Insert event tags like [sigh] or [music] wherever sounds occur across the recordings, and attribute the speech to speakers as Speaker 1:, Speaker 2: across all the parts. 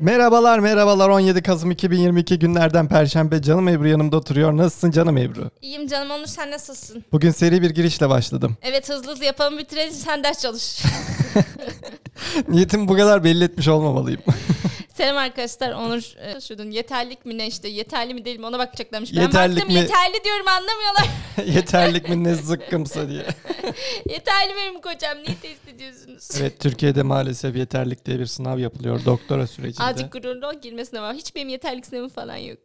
Speaker 1: Merhabalar merhabalar 17 Kasım 2022 günlerden Perşembe canım Ebru yanımda oturuyor. Nasılsın canım Ebru?
Speaker 2: İyiyim canım Onur sen nasılsın?
Speaker 1: Bugün seri bir girişle başladım. [laughs]
Speaker 2: Evet hızlı hızlı yapalım bitirelim sen ders çalış.
Speaker 1: Niyetimi bu kadar belli etmiş olmamalıyım. [laughs]
Speaker 2: Selam arkadaşlar Onur e, şuradan yeterlik mi ne işte yeterli mi değil mi ona bakacaklarmış. Ben
Speaker 1: Yeterlik
Speaker 2: baktım
Speaker 1: mi?
Speaker 2: yeterli diyorum anlamıyorlar. [laughs]
Speaker 1: Yeterlik mi ne zıkkımsa diye.
Speaker 2: yeterli benim kocam niye test ediyorsunuz?
Speaker 1: Evet Türkiye'de maalesef yeterlik diye bir sınav yapılıyor doktora sürecinde.
Speaker 2: Azıcık gururlu ol girme sınava. Hiç benim yeterlik sınavım
Speaker 1: [laughs]
Speaker 2: falan yok.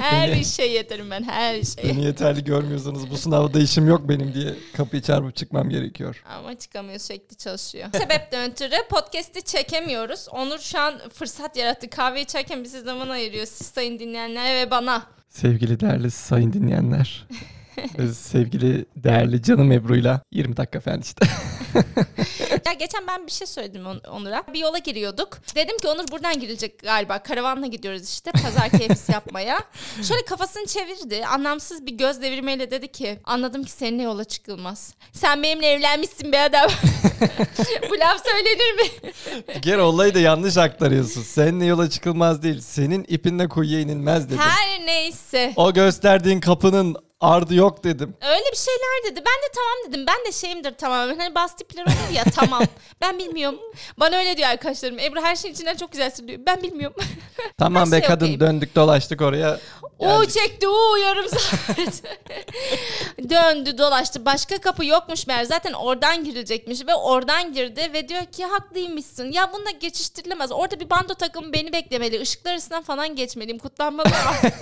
Speaker 2: her
Speaker 1: Beni-
Speaker 2: şey yeterim ben her şey.
Speaker 1: Beni yeterli görmüyorsanız bu sınavda işim yok benim diye kapıyı çarpıp çıkmam gerekiyor.
Speaker 2: Ama çıkamıyor sürekli çalışıyor. [laughs] Bu Sebepten ötürü podcast'i çekemiyoruz. Onur şu an fırsat yarattı. Kahve içerken bize zaman ayırıyor. Siz sayın dinleyenler ve bana.
Speaker 1: Sevgili değerli sayın dinleyenler. Biz sevgili değerli canım Ebru'yla 20 dakika falan işte.
Speaker 2: Ya geçen ben bir şey söyledim On- Onur'a. Bir yola giriyorduk. Dedim ki Onur buradan girilecek galiba. Karavanla gidiyoruz işte pazar keyfisi yapmaya. Şöyle kafasını çevirdi. Anlamsız bir göz devirmeyle dedi ki anladım ki seninle yola çıkılmaz. Sen benimle evlenmişsin be adam. [laughs] Bu laf söylenir mi?
Speaker 1: Bir kere olayı da yanlış aktarıyorsun. Seninle yola çıkılmaz değil. Senin ipinle kuyuya inilmez dedim.
Speaker 2: Her neyse.
Speaker 1: O gösterdiğin kapının ardı yok dedim.
Speaker 2: Öyle bir şeyler dedi. Ben de tamam dedim. Ben de şeyimdir tamamen. Hani bazı tipler olur ya tamam. Ben bilmiyorum. Bana öyle diyor arkadaşlarım. Ebru her şeyin içinden çok güzelsin diyor. Ben bilmiyorum. [laughs]
Speaker 1: Tamam
Speaker 2: Her
Speaker 1: be
Speaker 2: şey
Speaker 1: kadın
Speaker 2: okeyim.
Speaker 1: döndük dolaştık oraya.
Speaker 2: O
Speaker 1: geldik.
Speaker 2: çekti o yarım saat. Döndü dolaştı. Başka kapı yokmuş meğer. Zaten oradan girilecekmiş ve oradan girdi ve diyor ki haklıymışsın. Ya bununla geçiştirilemez. Orada bir bando takımı beni beklemeli. Işıklar arasından falan geçmeliyim. Kutlanmalı var.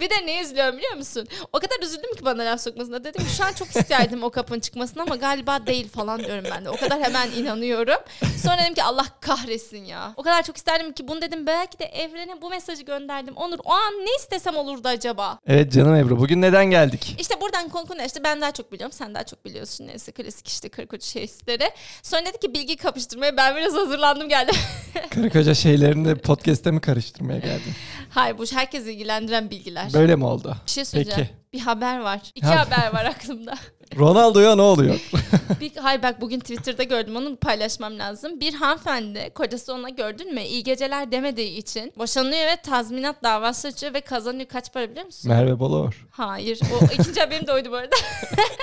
Speaker 2: bir de ne üzülüyorum biliyor musun? O kadar üzüldüm ki bana laf sokmasına. Dedim ki şu an çok isterdim o kapının çıkmasını ama galiba değil falan diyorum ben de. O kadar hemen inanıyorum. Sonra dedim ki Allah kahretsin ya. O kadar çok isterdim ki bunu dedim belki de evrene bu mesajı gönderdim. Onur o an ne istesem olurdu acaba?
Speaker 1: Evet canım Ebru bugün neden geldik?
Speaker 2: İşte buradan konu ne işte ben daha çok biliyorum sen daha çok biliyorsun neyse klasik işte karı koca şeyleri. Sonra dedi ki bilgi kapıştırmaya ben biraz hazırlandım geldim. [laughs]
Speaker 1: Karıkoca şeylerini podcast'te mi karıştırmaya geldin?
Speaker 2: Hayır bu herkes ilgilendiren bilgiler.
Speaker 1: Böyle mi oldu?
Speaker 2: bir şey söyleyeceğim.
Speaker 1: Peki.
Speaker 2: Bir haber var. İki
Speaker 1: Ha.
Speaker 2: haber var aklımda.
Speaker 1: Ronaldo'ya ne oluyor?
Speaker 2: [laughs] Bir, hayır bak bugün Twitter'da gördüm onu paylaşmam lazım. Bir hanımefendi kocası ona gördün mü iyi geceler demediği için boşanıyor ve tazminat davası açıyor ve kazanıyor kaç para biliyor musun?
Speaker 1: Merve Bolor.
Speaker 2: Hayır o ikinci haberim de oydu bu arada.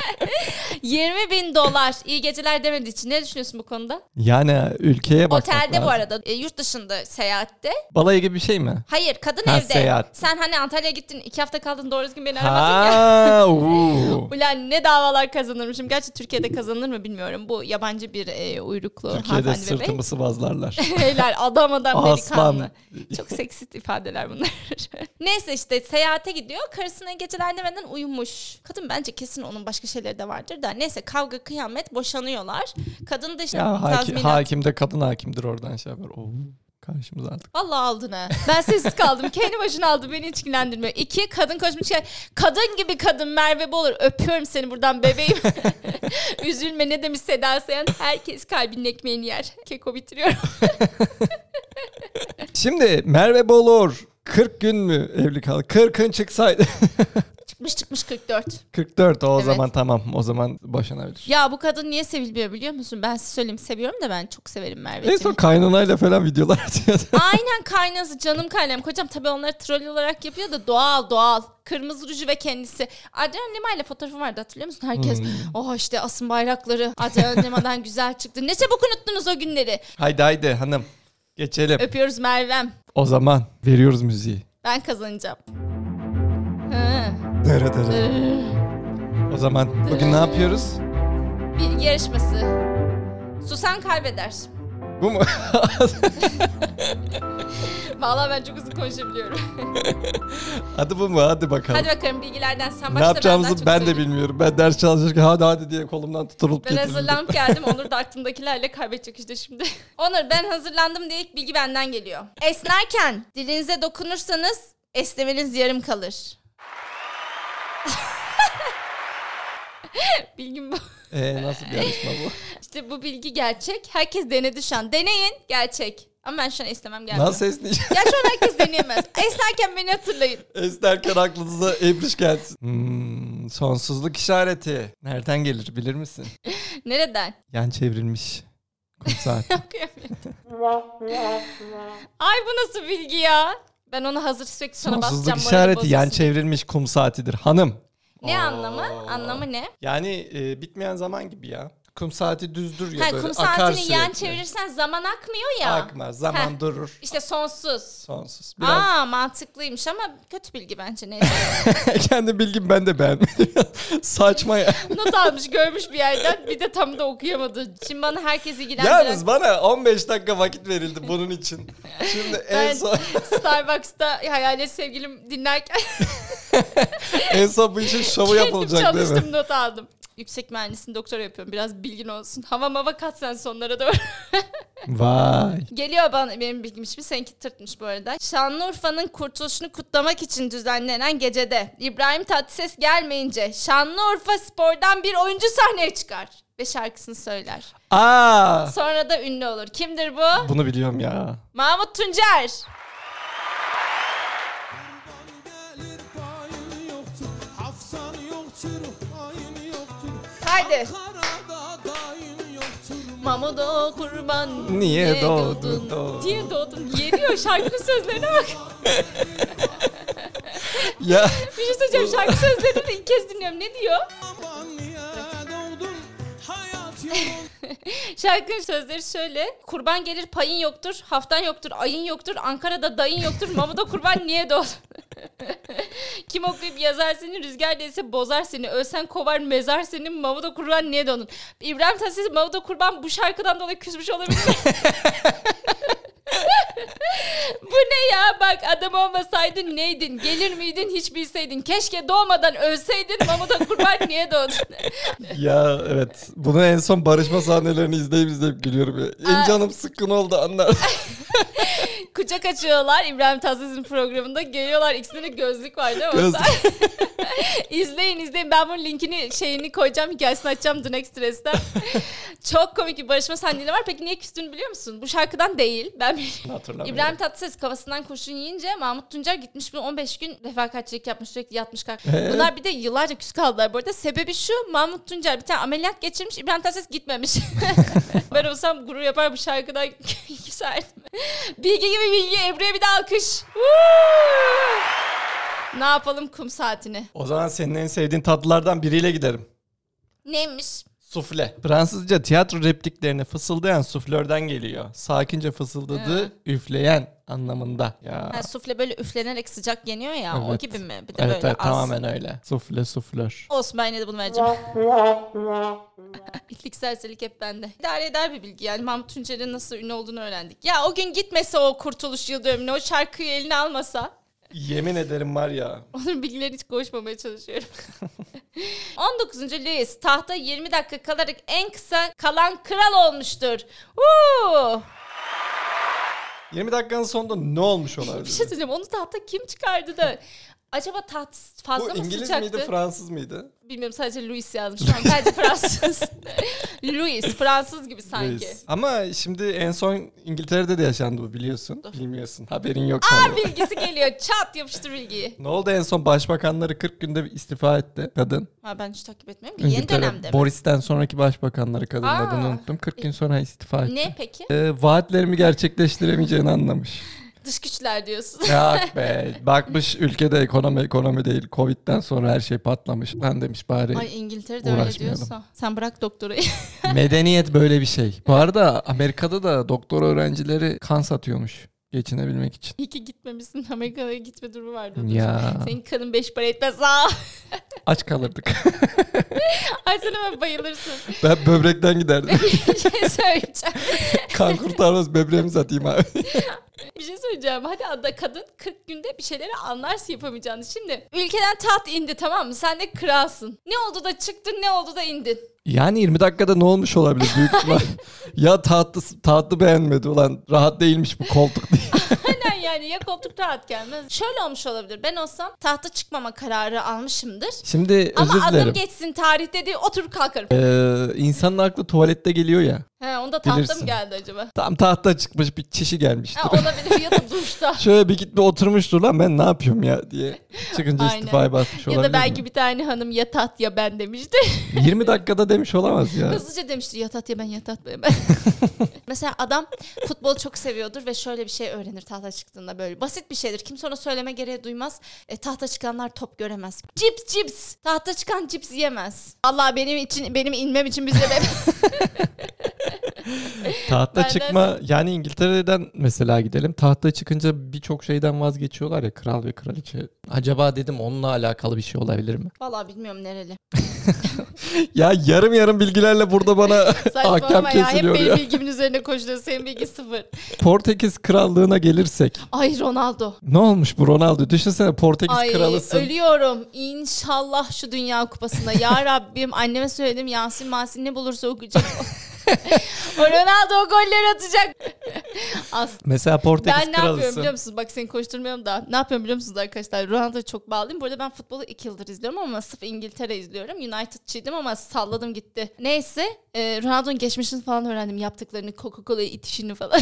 Speaker 2: [laughs] 20 bin dolar iyi geceler demediği için ne düşünüyorsun bu konuda?
Speaker 1: Yani ülkeye bakmak
Speaker 2: Otelde
Speaker 1: lazım.
Speaker 2: bu arada e, yurt dışında seyahatte.
Speaker 1: Balayı gibi bir şey mi?
Speaker 2: Hayır kadın
Speaker 1: Ha,
Speaker 2: evde.
Speaker 1: seyahat.
Speaker 2: Sen hani Antalya'ya gittin iki hafta kaldın doğru düzgün beni aramadın ya.
Speaker 1: Ha,
Speaker 2: [laughs]
Speaker 1: uuu.
Speaker 2: Ulan ne davalar kazanırmışım. Gerçi Türkiye'de kazanır mı bilmiyorum. Bu yabancı bir e, uyruklu
Speaker 1: Türkiye'de
Speaker 2: hanımefendi bebek.
Speaker 1: sırtımı sıvazlarlar.
Speaker 2: [laughs] Beyler adam adam
Speaker 1: Aslan.
Speaker 2: delikanlı. Çok seksist ifadeler bunlar. [laughs] Neyse işte seyahate gidiyor. Karısına geceler demeden uyumuş. Kadın bence kesin onun başka şeyleri de vardır da. Neyse kavga kıyamet boşanıyorlar. Kadın da işte
Speaker 1: Ya haki,
Speaker 2: tazminat.
Speaker 1: hakim de kadın hakimdir oradan şey yapar. Oo, karşımıza artık.
Speaker 2: Vallahi aldın ha. Ben sessiz kaldım. Kendi başına aldı. Beni hiç ilgilendirmiyor. İki kadın koşmuş. ya. Kadın gibi kadın Merve Bolur. Öpüyorum seni buradan bebeğim. [laughs] Üzülme ne demiş Seda Sayan. Herkes kalbinin ekmeğini yer. Keko bitiriyorum.
Speaker 1: Şimdi Merve Bolor 40 gün mü evli kaldı? 40'ın çıksaydı. [laughs]
Speaker 2: çıkmış çıkmış 44.
Speaker 1: 44 o
Speaker 2: Evet.
Speaker 1: zaman tamam o zaman boşanabilir.
Speaker 2: Ya bu kadın niye sevilmiyor biliyor musun? Ben size söyleyeyim seviyorum da ben çok severim
Speaker 1: En
Speaker 2: Merveciğim.
Speaker 1: son kaynanayla falan videolar [laughs] atıyordu.
Speaker 2: Aynen kaynası canım kaynam. Kocam tabii onları troll olarak yapıyor da doğal doğal. Kırmızı ruju ve kendisi. Adrian Lima ile fotoğrafı vardı hatırlıyor musun?
Speaker 1: Hmm.
Speaker 2: Herkes oh işte asın bayrakları Adrian Lima'dan [laughs] güzel çıktı. Ne çabuk unuttunuz o günleri.
Speaker 1: haydi haydi hanım geçelim.
Speaker 2: Öpüyoruz Mervem.
Speaker 1: O zaman veriyoruz müziği.
Speaker 2: Ben kazanacağım. Hı.
Speaker 1: Dırı dırı. O zaman bugün ne yapıyoruz?
Speaker 2: Bilgi yarışması. Susan kaybeder.
Speaker 1: Bu mu? [laughs]
Speaker 2: Vallahi ben çok hızlı konuşabiliyorum.
Speaker 1: hadi bu mu? Hadi bakalım.
Speaker 2: Hadi bakalım bilgilerden sen
Speaker 1: ne
Speaker 2: başla ben, daha
Speaker 1: yapacağımızı
Speaker 2: çok
Speaker 1: ben de
Speaker 2: söyleyeyim.
Speaker 1: bilmiyorum. Ben ders çalışırken hadi hadi diye kolumdan tutulup
Speaker 2: Ben
Speaker 1: getirildim.
Speaker 2: hazırlanıp geldim. Onur da aklımdakilerle kaybedecek işte şimdi. [laughs] Onur ben hazırlandım diye ilk bilgi benden geliyor. Esnerken dilinize dokunursanız esnemeniz yarım kalır. [laughs] Bilgim bu.
Speaker 1: Ee, nasıl bir
Speaker 2: [laughs]
Speaker 1: yarışma bu?
Speaker 2: İşte bu bilgi gerçek. Herkes denedi şu an. Deneyin gerçek. Ama ben şu an esnemem gelmiyor.
Speaker 1: Nasıl esneyeceğim?
Speaker 2: Ya şu an herkes
Speaker 1: [laughs]
Speaker 2: deneyemez. Esnerken beni hatırlayın.
Speaker 1: Esnerken aklınıza ebriş gelsin. Hmm, sonsuzluk işareti. Nereden gelir bilir misin?
Speaker 2: Nereden? [laughs]
Speaker 1: Yan çevrilmiş Kum saati.
Speaker 2: Okuyamıyorum. Ay bu nasıl bilgi ya? Ben onu hazır sürekli [laughs] sana
Speaker 1: Sonsuzluk
Speaker 2: basacağım.
Speaker 1: işareti
Speaker 2: morali
Speaker 1: yan
Speaker 2: bozulsun.
Speaker 1: çevrilmiş kum saatidir hanım.
Speaker 2: Ne
Speaker 1: Oo.
Speaker 2: anlamı? Anlamı ne?
Speaker 1: Yani e, bitmeyen zaman gibi ya. Kum saati düzdür ya
Speaker 2: Ha,
Speaker 1: böyle
Speaker 2: kum
Speaker 1: akar
Speaker 2: saatini
Speaker 1: sürekli.
Speaker 2: yan çevirirsen zaman akmıyor ya.
Speaker 1: Akmaz zaman
Speaker 2: Heh.
Speaker 1: durur.
Speaker 2: İşte sonsuz.
Speaker 1: Sonsuz. Biraz
Speaker 2: Aa mantıklıymış ama kötü bilgi bence neyse. [laughs]
Speaker 1: [laughs] kendi bilgim ben [laughs] de beğenmedim. Saçma ya.
Speaker 2: Not almış görmüş bir yerden bir de tam da okuyamadı. Şimdi bana herkesi ilgilendiren
Speaker 1: Yalnız bana 15 dakika vakit verildi bunun
Speaker 2: [laughs]
Speaker 1: için. Şimdi en
Speaker 2: Ben-
Speaker 1: son
Speaker 2: [laughs] Starbucks'ta hayalet sevgilim
Speaker 1: [laughs]
Speaker 2: dinlerken
Speaker 1: en son bu işin şovu yapılacak değil mi?
Speaker 2: çalıştım not aldım. Cık, Yüksek mühendisin doktora yapıyorum biraz bilgin olsun. Hava mava kat sen sonlara doğru.
Speaker 1: Vay.
Speaker 2: Geliyor bana benim bilgimmiş bir seninki tırtmış bu arada. Şanlıurfa'nın kurtuluşunu kutlamak için düzenlenen gecede İbrahim Tatlıses gelmeyince Şanlıurfa Spor'dan bir oyuncu sahneye çıkar ve şarkısını söyler.
Speaker 1: Aa!
Speaker 2: Sonra da ünlü olur. Kimdir bu?
Speaker 1: Bunu biliyorum ya.
Speaker 2: Mahmut Tuncer.
Speaker 3: Gelir payın yoktur, hafsan yoktur, payın yoktur.
Speaker 2: Haydi.
Speaker 3: Karada dayın yoktur.
Speaker 2: Mamudo kurban.
Speaker 1: Niye doğdun,
Speaker 2: doğdun?
Speaker 1: doğdun?
Speaker 2: Niye doğdun? Yeriyor şarkının sözlerine bak.
Speaker 1: Ya
Speaker 2: Bir şey söyleyeceğim şarkı sözlerini de ilk kez dinliyorum. Ne diyor?
Speaker 3: Aman niye doğdun? Hayat yolun
Speaker 2: Şarkının sözleri şöyle. Kurban gelir payın yoktur, haftan yoktur, ayın yoktur, Ankara'da dayın yoktur, Mamuda kurban niye doğdun? [laughs] Kim okuyup yazar seni, rüzgar değilse bozar seni, ölsen kovar mezar seni, Mamuda kurban niye doğdun? İbrahim Tatlıses Mamuda kurban bu şarkıdan dolayı küsmüş olabilir mi? [laughs] bu ne ya bak adam olmasaydın neydin gelir miydin hiç bilseydin keşke doğmadan ölseydin Mamuda kurban niye doğdun
Speaker 1: ya evet. Bunu en son barışma sahnelerini izleyip izleyip gülüyorum. ya. En
Speaker 2: Aa.
Speaker 1: canım sıkkın oldu
Speaker 2: [laughs]
Speaker 1: anlar.
Speaker 2: kucak açıyorlar İbrahim Tatlıses'in programında. Geliyorlar ikisinde de gözlük var değil mi?
Speaker 1: Gözlük.
Speaker 2: izleyin izleyin. Ben bunun linkini şeyini koyacağım. Hikayesini açacağım The Next Dress'ten. Çok komik bir barışma sahneleri var. Peki niye küstüğünü biliyor musun? Bu şarkıdan değil. Ben biliyorum.
Speaker 1: Hatırlamıyorum.
Speaker 2: İbrahim Tatlıses kafasından kurşun yiyince Mahmut Tuncer gitmiş bir 15 gün refakatçilik yapmış sürekli yatmış kalkmış.
Speaker 1: Ee?
Speaker 2: Bunlar bir de yıllarca küs kaldılar bu arada. Sebebi şu Mahmut Tuncer bir tane ameliyat geçirmiş İbrahim Tatlıses
Speaker 1: [laughs]
Speaker 2: gitmemiş. ben olsam gurur yapar bu şarkıdan [laughs] güzel. Bilgi gibi bilgi Ebru'ya bir de alkış. Woo! ne yapalım kum saatini?
Speaker 1: O zaman senin en sevdiğin tatlılardan biriyle giderim.
Speaker 2: Neymiş?
Speaker 1: Sufle. Fransızca tiyatro repliklerine fısıldayan suflörden geliyor. Sakince fısıldadığı üfleyen anlamında. Ya.
Speaker 2: Ha, sufle böyle üflenerek sıcak yeniyor ya o
Speaker 1: Evet.
Speaker 2: gibi mi? Bir de
Speaker 1: Evet,
Speaker 2: böyle
Speaker 1: evet
Speaker 2: az.
Speaker 1: tamamen öyle. Sufle suflör.
Speaker 2: Olsun ben yine de bunu vereceğim. İtlik serserilik hep bende. İdare eder bir bilgi yani Mahmut Tuncer'in nasıl ünlü olduğunu öğrendik. Ya o gün gitmese o kurtuluş yıl dönümüne o şarkıyı eline almasa [laughs]
Speaker 1: Yemin ederim var ya.
Speaker 2: onun bilgilerini hiç
Speaker 1: [laughs]
Speaker 2: konuşmamaya çalışıyorum. 19. Louis tahta 20 dakika kalarak en kısa kalan kral olmuştur. Woo!
Speaker 1: 20 dakikanın sonunda ne olmuş
Speaker 2: Bir
Speaker 1: olabilir?
Speaker 2: şey söyleyeceğim onu tahta kim
Speaker 1: [laughs]
Speaker 2: çıkardı da Acaba taht
Speaker 1: Bu
Speaker 2: fazla mı
Speaker 1: İngiliz
Speaker 2: sıcaktı?
Speaker 1: miydi, Fransız mıydı?
Speaker 2: Bilmiyorum sadece Louis yazmış. Şu an sadece Fransız.
Speaker 1: [laughs]
Speaker 2: Louis Fransız gibi sanki.
Speaker 1: Reis. Ama şimdi en son İngiltere'de de yaşandı bu biliyorsun. Bilmiyorsun. Haberin yok.
Speaker 2: Aa
Speaker 1: sanırım.
Speaker 2: bilgisi geliyor. Çat yapıştır bilgiyi.
Speaker 1: Ne oldu en son başbakanları 40 günde bir istifa etti kadın.
Speaker 2: Ha ben hiç takip etmiyorum ki. Yeni
Speaker 1: İngiltere
Speaker 2: dönemde mi?
Speaker 1: Boris'ten sonraki başbakanları kadın
Speaker 2: Aa.
Speaker 1: adını unuttum. 40 gün sonra istifa etti.
Speaker 2: Ne peki?
Speaker 1: Ee, vaatlerimi gerçekleştiremeyeceğini anlamış.
Speaker 2: Dış güçler diyorsun.
Speaker 1: Yok be. Bakmış ülkede ekonomi ekonomi değil. Covid'den sonra her şey patlamış. Lan demiş bari.
Speaker 2: Ay İngiltere'de öyle
Speaker 1: Uğraşmayalım.
Speaker 2: diyorsa. Sen bırak doktorayı. [laughs]
Speaker 1: Medeniyet böyle bir şey. Bu arada Amerika'da da doktor öğrencileri kan satıyormuş. Geçinebilmek için.
Speaker 2: İyi ki gitmemişsin. Amerika'ya gitme durumu vardı.
Speaker 1: Ya
Speaker 2: Senin kanın beş para etmez. Aa. [laughs]
Speaker 1: aç kalırdık. [laughs]
Speaker 2: Ay sen hemen bayılırsın.
Speaker 1: Ben böbrekten [laughs] giderdim.
Speaker 2: bir [laughs] şey söyleyeceğim.
Speaker 1: kan kurtarmaz böbreğimi satayım abi.
Speaker 2: Bir şey söyleyeceğim. Hadi ada kadın 40 günde bir şeyleri anlarsın yapamayacağını. Şimdi ülkeden taht indi tamam mı? Sen de kralsın. Ne oldu da çıktın ne oldu da indin.
Speaker 1: Yani 20 dakikada ne olmuş olabilir büyük [laughs] ihtimal. ya tatlı, tatlı beğenmedi ulan. Rahat değilmiş bu koltuk diye.
Speaker 2: Aynen ya. yani ya koltuk rahat gelmez. Şöyle olmuş olabilir. Ben olsam tahta çıkmama kararı almışımdır.
Speaker 1: Şimdi özür
Speaker 2: Ama adım
Speaker 1: dilerim.
Speaker 2: geçsin tarihte diye otur kalkarım.
Speaker 1: Ee, insanın aklı tuvalette geliyor ya.
Speaker 2: He, onda tahta mı
Speaker 1: Bilirsin.
Speaker 2: geldi acaba?
Speaker 1: Tam tahta çıkmış bir çişi gelmiştir.
Speaker 2: Ha, olabilir ya da
Speaker 1: [laughs]
Speaker 2: duşta.
Speaker 1: Şöyle bir gitme oturmuştur lan ben ne yapıyorum ya diye. Çıkınca
Speaker 2: Aynen.
Speaker 1: istifaya basmış
Speaker 2: ya
Speaker 1: olabilir
Speaker 2: da belki
Speaker 1: mi?
Speaker 2: bir tane hanım ya tat ya
Speaker 1: [laughs]
Speaker 2: ben demişti.
Speaker 1: 20 dakikada demiş olamaz ya.
Speaker 2: Hızlıca demişti ya tat ya ben ya tat
Speaker 1: [laughs]
Speaker 2: ya ben. Mesela adam futbol çok seviyordur ve şöyle bir şey öğrenir tahta çıktığında böyle. Basit bir şeydir. Kimse ona söyleme gereği duymaz. E, tahta çıkanlar top göremez. Cips cips. Tahta çıkan cips yemez. Allah benim için benim inmem için bir sebep.
Speaker 1: Tahta
Speaker 2: Benden-
Speaker 1: çıkma yani İngiltere'den mesela gidelim. Tahta çıkınca birçok şeyden vazgeçiyorlar ya kral ve kraliçe. Acaba dedim onunla alakalı bir şey olabilir mi?
Speaker 2: [laughs] Vallahi bilmiyorum nereli.
Speaker 1: Ya yarım yarım bilgilerle burada bana [laughs] ahkam
Speaker 2: [laughs] Saçmalama ya. Hep
Speaker 1: kesiliyor
Speaker 2: benim
Speaker 1: ya.
Speaker 2: bilgimin üzerine koşuyor. Senin bilgi sıfır.
Speaker 1: Portekiz krallığına gelirsek.
Speaker 2: Ay Ronaldo.
Speaker 1: Ne olmuş bu Ronaldo? Düşünsene Portekiz
Speaker 2: Ay
Speaker 1: kralısın.
Speaker 2: ölüyorum. İnşallah şu Dünya Kupası'nda.
Speaker 1: [laughs]
Speaker 2: Ya Rabbim anneme söyledim Yasin Masin ne bulursa okuyacak. [laughs] o Ronaldo o golleri atacak. Aslında
Speaker 1: Mesela Portekiz
Speaker 2: ben ne yapıyorum
Speaker 1: kralısın.
Speaker 2: biliyor musunuz? Bak seni koşturmuyorum da. Ne yapıyorum biliyor musunuz arkadaşlar? Ronaldo'ya çok bağlıyım. Burada ben futbolu iki yıldır izliyorum ama sırf İngiltere izliyorum. United'çıydım ama salladım gitti. Neyse e, Ronaldo'nun geçmişini falan öğrendim. Yaptıklarını, Coca-Cola'ya itişini falan.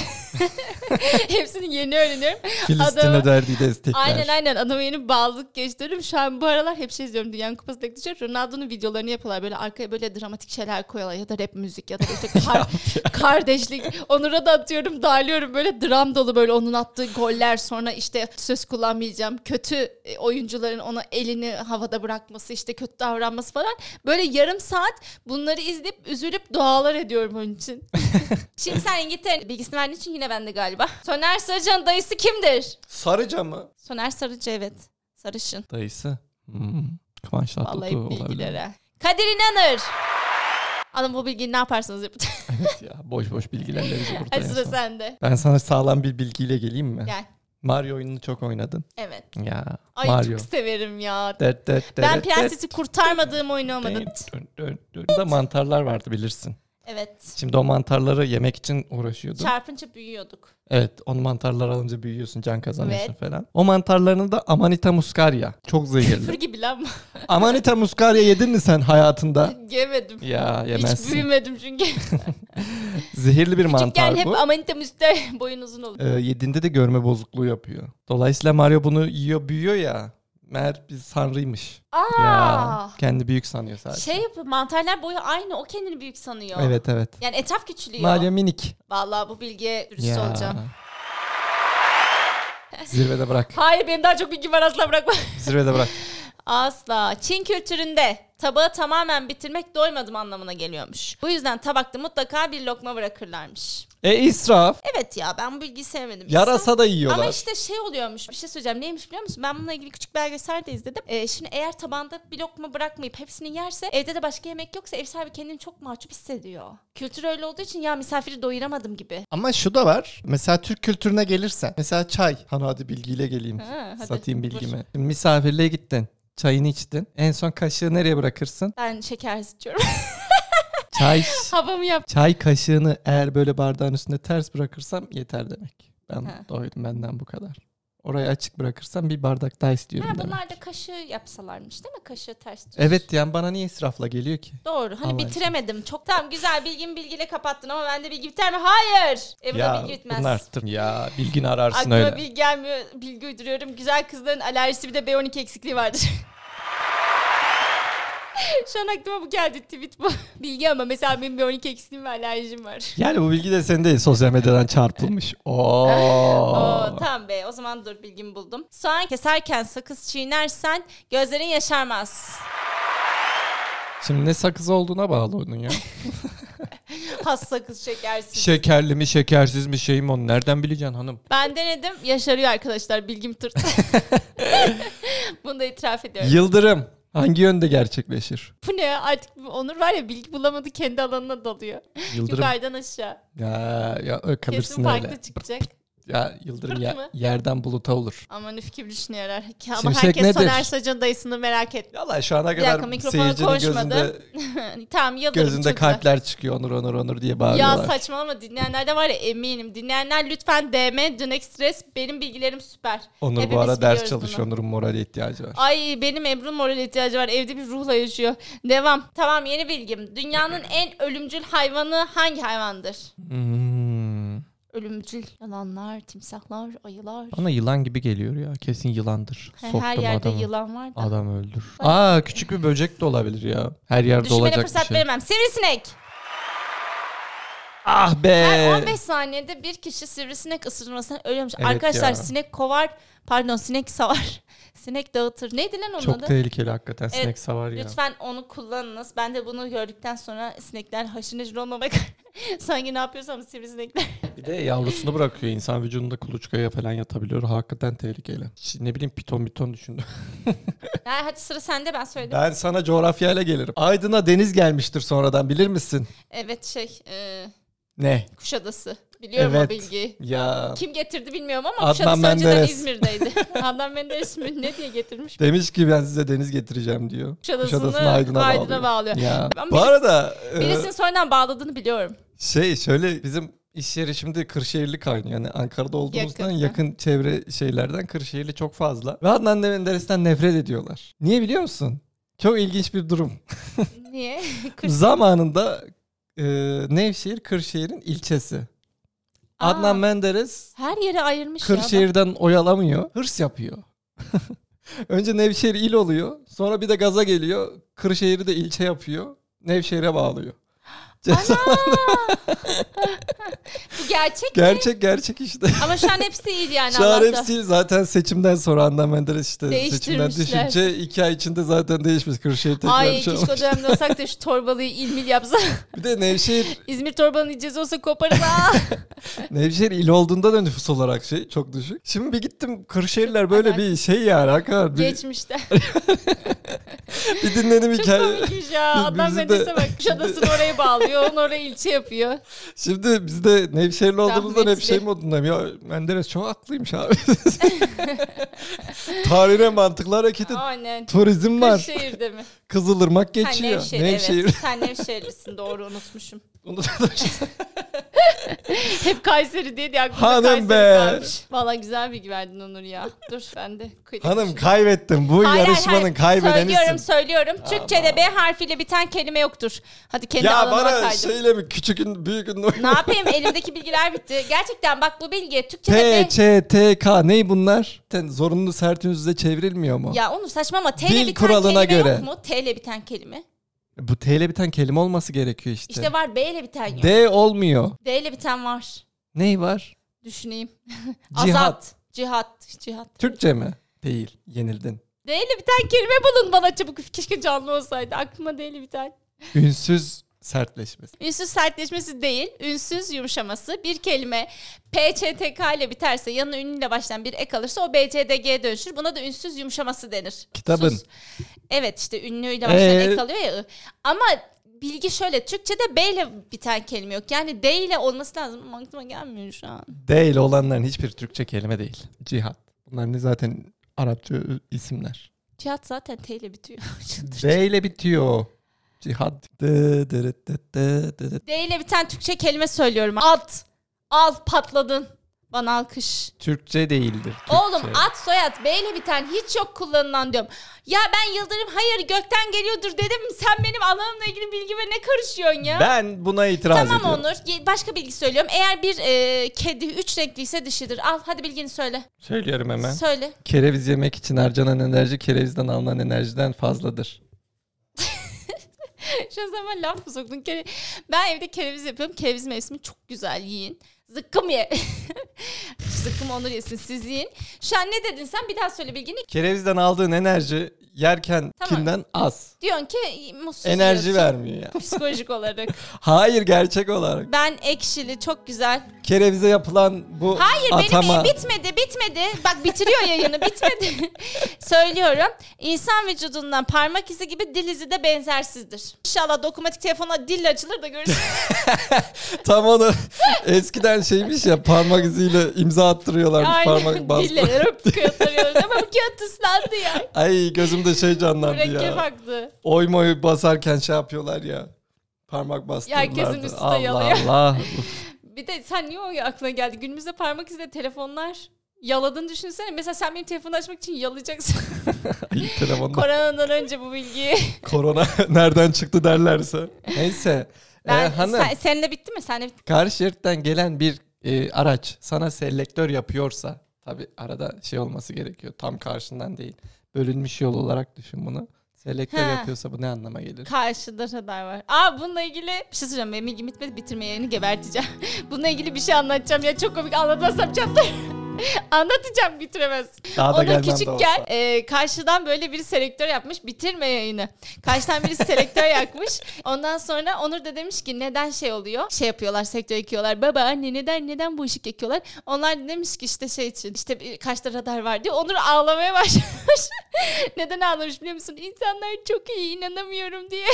Speaker 2: [laughs] Hepsinin yeni öğreniyorum.
Speaker 1: Filistin'e
Speaker 2: Adamı-
Speaker 1: derdi destekler.
Speaker 2: Aynen aynen adama yeni bağlılık gösteririm. Şu an bu aralar hep şey izliyorum. Dünya Kupası teklifçi Ronaldo'nun videolarını yapıyorlar. Böyle arkaya böyle dramatik şeyler koyuyorlar. Ya da rap müzik ya da işte kar- kardeşlik. Onur'a da atıyorum darlıyorum. Böyle dram dolu böyle onun attığı goller. Sonra işte söz kullanmayacağım. Kötü e, oyuncuların ona elini havada bırakması işte kötü davranması falan. Böyle yarım saat bunları izleyip üzülüp dualar ediyorum onun için. Şimdi sen İngiltere'nin bilgisini verdiğin için yine bende galiba. Soner Sarıcan'ın dayısı kimdir?
Speaker 1: Sarıca mı?
Speaker 2: Soner Sarıcı evet. Sarışın.
Speaker 1: Dayısı. Hmm. Kıvanç
Speaker 2: Vallahi
Speaker 1: Tatlıtuğ olabilir.
Speaker 2: bilgilere. Kadir İnanır. Alın bu bilgiyi ne yaparsanız yapın.
Speaker 1: Evet ya boş boş
Speaker 2: [laughs]
Speaker 1: bilgilerle bizi burada
Speaker 2: Hadi
Speaker 1: en
Speaker 2: sıra
Speaker 1: son.
Speaker 2: sende.
Speaker 1: Ben sana sağlam bir bilgiyle geleyim mi?
Speaker 2: Gel.
Speaker 1: Mario oyununu çok oynadın.
Speaker 2: Evet.
Speaker 1: Ya
Speaker 2: Ay
Speaker 1: Mario.
Speaker 2: çok severim ya.
Speaker 1: Dert, dert,
Speaker 2: Ben
Speaker 1: dert,
Speaker 2: prensesi kurtarmadığım oyunu
Speaker 1: dert,
Speaker 2: olmadı.
Speaker 1: dön, dön, dön. Burada mantarlar vardı bilirsin.
Speaker 2: Evet.
Speaker 1: Şimdi o mantarları yemek için uğraşıyordun.
Speaker 2: Çarpınca büyüyorduk.
Speaker 1: Evet onu mantarlar alınca büyüyorsun can kazanıyorsun
Speaker 2: Evet.
Speaker 1: falan. O mantarlarını da Amanita muscaria. Çok
Speaker 2: Fır
Speaker 1: zehirli.
Speaker 2: gibi [laughs] lan.
Speaker 1: Amanita muscaria yedin mi sen hayatında?
Speaker 2: [laughs] Yemedim.
Speaker 1: Ya
Speaker 2: Hiç
Speaker 1: yemezsin.
Speaker 2: büyümedim çünkü.
Speaker 1: Zehirli bir
Speaker 2: Küçükken
Speaker 1: mantar
Speaker 2: hep
Speaker 1: bu.
Speaker 2: amanita müste [laughs] boyun uzun olur.
Speaker 1: Ee, yediğinde de görme bozukluğu yapıyor. Dolayısıyla Mario bunu yiyor büyüyor ya. Meğer bir sanrıymış. Ya,
Speaker 2: Aa.
Speaker 1: kendi büyük sanıyor sadece.
Speaker 2: Şey yapıyor, mantarlar boyu aynı. O kendini büyük sanıyor.
Speaker 1: Evet evet.
Speaker 2: Yani etraf küçülüyor.
Speaker 1: Mario minik.
Speaker 2: Vallahi bu bilgiye dürüst olacağım.
Speaker 1: [laughs] Zirvede bırak.
Speaker 2: Hayır benim daha çok bilgim var asla bırakma.
Speaker 1: Zirvede bırak.
Speaker 2: Asla. Çin kültüründe tabağı tamamen bitirmek doymadım anlamına geliyormuş. Bu yüzden tabakta mutlaka bir lokma bırakırlarmış.
Speaker 1: E israf.
Speaker 2: Evet ya ben bu bilgiyi sevmedim.
Speaker 1: Yarasa da yiyorlar.
Speaker 2: Ama işte şey oluyormuş bir şey söyleyeceğim neymiş biliyor musun? Ben bununla ilgili küçük belgesel de izledim. Ee, şimdi eğer tabanda bir lokma bırakmayıp hepsini yerse evde de başka yemek yoksa ev sahibi kendini çok mahcup hissediyor. Kültür öyle olduğu için ya misafiri doyuramadım gibi.
Speaker 1: Ama şu da var. Mesela Türk kültürüne gelirsen. Mesela çay. Hani hadi bilgiyle geleyim.
Speaker 2: Ha, hadi.
Speaker 1: Satayım
Speaker 2: Dur.
Speaker 1: bilgimi. Şimdi Misafirliğe gittin. Çayını içtin. En son kaşığı nereye bırakırsın?
Speaker 2: Ben şeker içiyorum.
Speaker 1: Çay
Speaker 2: [laughs] Havamı yap.
Speaker 1: çay kaşığını eğer böyle bardağın üstünde ters bırakırsam yeter demek. Ben
Speaker 2: Ha.
Speaker 1: doydum benden bu kadar. Orayı açık bırakırsam bir bardak daha istiyorum
Speaker 2: Ha,
Speaker 1: demek.
Speaker 2: bunlar da kaşığı yapsalarmış değil mi? Kaşığı ters tut.
Speaker 1: Evet yani bana niye israfla geliyor ki?
Speaker 2: Doğru. Hani
Speaker 1: Allah
Speaker 2: bitiremedim. Çok tamam güzel bilgin bilgiyle kapattın ama bende bilgi biter mi? Hayır. E bu da bilgi bitmez.
Speaker 1: bunlar tır- Ya bilgini ararsın
Speaker 2: Aklıma
Speaker 1: öyle.
Speaker 2: bilgi gelmiyor. Bilgi uyduruyorum. Güzel kızların alerjisi bir de B12 eksikliği vardır. [laughs] Şu an aklıma bu geldi tweet bu. [laughs] Bilgi ama mesela benim B12 eksikliğim ve alerjim var.
Speaker 1: Yani bu bilgi de senin değil sosyal medyadan
Speaker 2: [laughs]
Speaker 1: çarpılmış. Oo.
Speaker 2: Oo, tamam be o zaman dur bilgimi buldum. Soğan keserken sakız çiğnersen gözlerin yaşarmaz. [laughs]
Speaker 1: Şimdi ne sakız olduğuna bağlı onun
Speaker 2: [laughs]
Speaker 1: ya.
Speaker 2: Has sakız çekersin.
Speaker 1: Şekerli mi şekersiz mi şey mi onu nereden bileceksin hanım?
Speaker 2: Ben denedim yaşarıyor arkadaşlar
Speaker 1: [laughs]
Speaker 2: bilgim tırt. Bunu da itiraf ediyorum.
Speaker 1: Yıldırım hangi yönde gerçekleşir?
Speaker 2: Bu ne artık bu Onur var ya bilgi bulamadı kendi alanına dalıyor.
Speaker 1: Yıldırım.
Speaker 2: Yukarıdan aşağı.
Speaker 1: Ya, ya ö,
Speaker 2: Kesin
Speaker 1: kalırsın
Speaker 2: farklı
Speaker 1: öyle.
Speaker 2: çıkacak.
Speaker 1: Ya Yıldırım
Speaker 2: Kırk
Speaker 1: ya-
Speaker 2: mı?
Speaker 1: yerden buluta olur.
Speaker 2: Aman üf kibrişine yarar. Ki Ama
Speaker 1: Şimşek
Speaker 2: herkes
Speaker 1: nedir?
Speaker 2: Soner Sacan dayısını merak et.
Speaker 1: Yalan şu ana
Speaker 2: Bir dakika,
Speaker 1: kadar
Speaker 2: mikrofona
Speaker 1: seyircinin
Speaker 2: konuşmadı. [laughs]
Speaker 1: gözünde,
Speaker 2: Hani tamam yıldırım
Speaker 1: gözünde
Speaker 2: çok güzel.
Speaker 1: kalpler çıkıyor onur onur onur diye
Speaker 2: Ya
Speaker 1: bağırıyorlar.
Speaker 2: saçmalama dinleyenler de var ya eminim. Dinleyenler lütfen DM Dunex Stress benim bilgilerim süper.
Speaker 1: onur bu
Speaker 2: Hepimiz
Speaker 1: ara ders
Speaker 2: biliyoruz bunu.
Speaker 1: çalışıyor. Onur'un morale ihtiyacı var.
Speaker 2: Ay benim Ebru moral ihtiyacı var. Evde bir ruhla yaşıyor. Devam. Tamam yeni
Speaker 1: [clears throat]
Speaker 2: bilgim. Dünyanın en ölümcül hayvanı hangi hayvandır?
Speaker 1: Hmm.
Speaker 2: Ölümcül. Yalanlar, timsahlar, ayılar.
Speaker 1: Bana yılan gibi geliyor ya. Kesin yılandır.
Speaker 2: He,
Speaker 1: Soktum
Speaker 2: Her yerde
Speaker 1: adamı.
Speaker 2: yılan var da.
Speaker 1: Adam öldür. Aa küçük bir böcek de olabilir ya. Her yerde
Speaker 2: Düşünmene
Speaker 1: olacak bir
Speaker 2: fırsat
Speaker 1: şey.
Speaker 2: veremem. Sivrisinek.
Speaker 1: Ah be.
Speaker 2: Her 15 saniyede bir kişi sivrisinek ısırmasına ölüyormuş.
Speaker 1: Evet
Speaker 2: Arkadaşlar
Speaker 1: ya.
Speaker 2: sinek kovar. Pardon sinek savar. [laughs] sinek dağıtır. Neydi lan onun
Speaker 1: Çok
Speaker 2: adı?
Speaker 1: tehlikeli hakikaten
Speaker 2: Evet,
Speaker 1: sinek savar ya.
Speaker 2: Lütfen onu kullanınız. Ben de bunu gördükten sonra sinekler haşır neşir olmamak. [laughs] Sanki ne yapıyorsam sivrisinekler.
Speaker 1: Bir de yavrusunu bırakıyor. İnsan vücudunda kuluçkaya falan yatabiliyor. Hakikaten tehlikeli. Şimdi ne bileyim piton piton düşündüm.
Speaker 2: ya, hadi sıra sende ben söyledim.
Speaker 1: Ben sana coğrafyayla gelirim. Aydın'a deniz gelmiştir sonradan bilir misin?
Speaker 2: Evet şey e,
Speaker 1: Ne?
Speaker 2: Kuşadası. Biliyorum
Speaker 1: Evet.
Speaker 2: o bilgiyi.
Speaker 1: Ya
Speaker 2: Kim getirdi bilmiyorum ama
Speaker 1: Adnan
Speaker 2: Kuşadası önceden
Speaker 1: Menderes.
Speaker 2: İzmir'deydi.
Speaker 1: [laughs]
Speaker 2: Adnan Menderes mi ne diye getirmiş?
Speaker 1: demiş ki ben size deniz getireceğim diyor.
Speaker 2: Kuşadası'nı
Speaker 1: Kuşadası'nı Aydın'a,
Speaker 2: Aydın'a
Speaker 1: bağlıyor.
Speaker 2: bağlıyor.
Speaker 1: Ya.
Speaker 2: Ama
Speaker 1: Bu
Speaker 2: birisi-
Speaker 1: arada e,
Speaker 2: Birisinin sonradan bağladığını biliyorum.
Speaker 1: şey şöyle bizim iş yeri şimdi Kırşehirli kaynıyor. Yani Ankara'da olduğumuzdan
Speaker 2: Yakın,
Speaker 1: yakın,
Speaker 2: ha.
Speaker 1: çevre şeylerden Kırşehirli çok fazla. Ve Adnan Menderes'ten nefret ediyorlar. Niye biliyor musun? Çok ilginç bir durum.
Speaker 2: Niye? Kış-
Speaker 1: Zamanında e, Nevşehir Kırşehir'in ilçesi.
Speaker 2: Aa.
Speaker 1: Adnan Menderes
Speaker 2: Her yere ayırmış ya.
Speaker 1: Kırşehir'den oyalamıyor. Şey Hırs yapıyor. [laughs] Önce Nevşehir il oluyor. Sonra bir de gaza geliyor. Kırşehir'i de ilçe yapıyor. Nevşehir'e
Speaker 2: [gasps]
Speaker 1: bağlıyor. Ceza-
Speaker 2: Bu gerçek.
Speaker 1: gerçek gerçek işte. [laughs]
Speaker 2: Ama şu an hepsi iyi yani
Speaker 1: Şu an
Speaker 2: Allah'ta.
Speaker 1: hepsi zaten seçimden sonra Adnan Menderes işte seçimden
Speaker 2: Değiştirmişler.
Speaker 1: düşünce iki ay içinde zaten değişmiş Kırşehir tekrar
Speaker 2: Ay
Speaker 1: bir şey
Speaker 2: keşke o
Speaker 1: olmuş.
Speaker 2: dönemde olsak da şu torbalıyı
Speaker 1: [laughs]
Speaker 2: ilmil yapsa.
Speaker 1: Bir de
Speaker 2: [laughs]
Speaker 1: Nevşehir,
Speaker 2: İzmir torbanın icazı olsa koparız ha.
Speaker 1: [laughs] Nevşehir il olduğunda da nüfus olarak şey çok düşük. Şimdi bir gittim Kırşehirler böyle bir şey yani hakikaten bir,
Speaker 2: Geçmişte.
Speaker 1: [laughs] bir dinledim
Speaker 2: Çok
Speaker 1: hikaye.
Speaker 2: komikmiş şey ya. Adnan
Speaker 1: Bizi de-
Speaker 2: Menderes'e bak. Kuşadası'nı oraya bağlıyor. Onu oraya
Speaker 1: [laughs]
Speaker 2: ilçe yapıyor.
Speaker 1: Şimdi biz de Nevşehirli olduğumuzdan hep
Speaker 2: Rahmetli.
Speaker 1: şey modundayım. Ya Menderes çok haklıymış abi. [laughs] Tarihine mantıklı hareketi
Speaker 2: Aynen.
Speaker 1: turizm var.
Speaker 2: Kırşehir'de mi?
Speaker 1: Kızılırmak
Speaker 2: Ha,
Speaker 1: geçiyor.
Speaker 2: Nevşehir,
Speaker 1: Nevşehir. [laughs]
Speaker 2: evet. Sen Nevşehirlisin doğru unutmuşum.
Speaker 1: Onu da-
Speaker 2: [laughs] Hep Kayseri diye diye aklımda
Speaker 1: Hanım
Speaker 2: Kayseri
Speaker 1: be.
Speaker 2: kalmış. Valla güzel bilgi verdin Onur ya. Dur ben de. kıydım.
Speaker 1: Hanım kaybettim. Bu
Speaker 2: Hayır, hayır,
Speaker 1: yarışmanın
Speaker 2: hayır. Söylüyorum
Speaker 1: kaybedenisin.
Speaker 2: söylüyorum. Türkçe'de B harfiyle biten kelime yoktur. Hadi kendi
Speaker 1: Ya
Speaker 2: alanına
Speaker 1: bana şey-
Speaker 2: kaydım.
Speaker 1: şeyle mi küçükün büyükün
Speaker 2: Ne yapayım elimdeki bilgiler bitti. Gerçekten bak bu bilgi Türkçe'de
Speaker 1: T,
Speaker 2: B.
Speaker 1: Ç, T, K ney bunlar? Ten- Zorunlu sertünüzde çevrilmiyor mu?
Speaker 2: Ya Onur saçma ama T
Speaker 1: Dil
Speaker 2: ile biten
Speaker 1: kuralına
Speaker 2: kelime
Speaker 1: göre.
Speaker 2: yok mu? T ile biten kelime.
Speaker 1: Bu T ile biten kelime olması gerekiyor işte.
Speaker 2: İşte var B ile biten yok. D,
Speaker 1: D olmuyor.
Speaker 2: ile biten var.
Speaker 1: Ney var?
Speaker 2: Düşüneyim. [laughs]
Speaker 1: Cihat.
Speaker 2: Azat. Cihat. Cihat.
Speaker 1: Türkçe mi? Değil. Yenildin.
Speaker 2: D ile biten kelime bulun bana çabuk. Üf, Keşke canlı olsaydı. Aklıma D ile biten.
Speaker 1: Ünsüz sertleşmesi.
Speaker 2: Ünsüz sertleşmesi değil, ünsüz yumuşaması. Bir kelime PÇTK ile biterse, yanına ünlüyle başlayan bir ek alırsa o BCDG'ye dönüşür. Buna da ünsüz yumuşaması denir.
Speaker 1: Kitabın.
Speaker 2: Sus. Evet işte ünlüyle başlayan
Speaker 1: Ee?
Speaker 2: ek alıyor ya. ı. Ama bilgi şöyle, Türkçe'de B ile biten kelime yok. Yani D ile olması lazım. Ama aklıma gelmiyor şu an.
Speaker 1: Değil olanların hiçbir Türkçe kelime değil. Cihat. Bunlar ne zaten Arapça isimler.
Speaker 2: Cihat zaten T ile bitiyor.
Speaker 1: D ile bitiyor. Cihat. Dı dırı dı dı dı dı.
Speaker 2: D ile biten Türkçe kelime söylüyorum. At. Al patladın. Bana alkış.
Speaker 1: Türkçe değildir. Türkçe.
Speaker 2: Oğlum at soyad B ile biten hiç yok kullanılan diyorum. Ya ben Yıldırım hayır gökten geliyordur dedim. Sen benim alanımla ilgili bilgime ne karışıyorsun ya?
Speaker 1: Ben buna itiraz
Speaker 2: tamam
Speaker 1: ediyorum.
Speaker 2: Onur. ye- Başka bilgi söylüyorum. Eğer bir e, kedi üç renkliyse dişidir. Al hadi bilgini söyle.
Speaker 1: Söylüyorum hemen.
Speaker 2: Söyle. [laughs]
Speaker 1: Kereviz yemek için harcanan enerji kerevizden alınan enerjiden fazladır.
Speaker 2: Şu zaman laf mı soktun? Kere... Ben evde kereviz yapıyorum. Kereviz mevsimi çok güzel yiyin. Zıkkım ye. [laughs] Zıkkım Onur yesin siz yiyin. Şu an ne dedin sen? Bir daha söyle bilgini.
Speaker 1: Kerevizden aldığın enerji yerkenkinden az.
Speaker 2: Diyorsun ki e, mutsuz
Speaker 1: Enerji
Speaker 2: diyorsun,
Speaker 1: vermiyor ya.
Speaker 2: Psikolojik olarak.
Speaker 1: Hayır gerçek olarak.
Speaker 2: Ben ekşili çok güzel.
Speaker 1: Kerevize yapılan bu
Speaker 2: Hayır
Speaker 1: atama.
Speaker 2: benim iyi bitmedi bitmedi. Bak bitiriyor
Speaker 1: [laughs]
Speaker 2: yayını bitmedi. Söylüyorum. İnsan vücudundan parmak izi gibi dil izi de benzersizdir. İnşallah dokunmatik telefona dil açılır
Speaker 1: [laughs]
Speaker 2: da görürsün.
Speaker 1: Tam onu [laughs] eskiden şeymiş ya parmak iziyle imza attırıyorlarmış
Speaker 2: [laughs]
Speaker 1: parmak bastı.
Speaker 2: Dille öp kağıtları ama bu kağıt ıslandı ya.
Speaker 1: Ay gözümde şey canlandı
Speaker 2: Mürekkep
Speaker 1: ya.
Speaker 2: aktı.
Speaker 1: Oy moy basarken şey yapıyorlar ya. Parmak bastırırlardı.
Speaker 2: Herkesin üstü
Speaker 1: Allah
Speaker 2: yalıyor.
Speaker 1: Allah. [laughs]
Speaker 2: Bir de sen niye o ya aklına geldi? Günümüzde parmak izle telefonlar yaladığını düşünsene. Mesela sen benim telefonu açmak için yalayacaksın. [laughs]
Speaker 1: Ay, telefonda
Speaker 2: Koronadan önce bu bilgiyi.
Speaker 1: korona [laughs] nereden çıktı derlerse. Neyse.
Speaker 2: Ben,
Speaker 1: Ee, hanım
Speaker 2: sen, seninle bitti mi? Senle bitti.
Speaker 1: Karşıyer'den gelen bir e, araç sana selektör yapıyorsa tabi arada şey olması gerekiyor tam karşından değil. Bölünmüş yol olarak düşün bunu. Selektör
Speaker 2: Ha.
Speaker 1: yapıyorsa bu ne anlama gelir?
Speaker 2: Karşıda radar var. Aa bununla ilgili bir şey söyleyeceğim. Benim ilgim bitmedi. Bitirme yayını geberteceğim. [laughs] bununla ilgili bir şey anlatacağım. Ya çok komik anlatmazsam çatlar. [laughs] Anlatacağım bitiremez.
Speaker 1: Daha da
Speaker 2: Onu
Speaker 1: gelmem de
Speaker 2: küçükken
Speaker 1: olsa.
Speaker 2: e, karşıdan böyle biri selektör yapmış. Bitirme yayını. Karşıdan biri selektör yakmış. Ondan sonra Onur da demiş ki neden şey oluyor? Şey yapıyorlar selektör yakıyorlar. Baba anne neden neden bu ışık yakıyorlar? Onlar da demiş ki işte şey için işte bir- karşıda radar var diye. Onur ağlamaya başlamış. [laughs] neden ağlamış biliyor musun? İnsanlar çok iyi inanamıyorum [laughs] diye.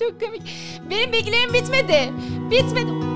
Speaker 2: çok komik. Benim bilgilerim bitmedi. Bitmedi.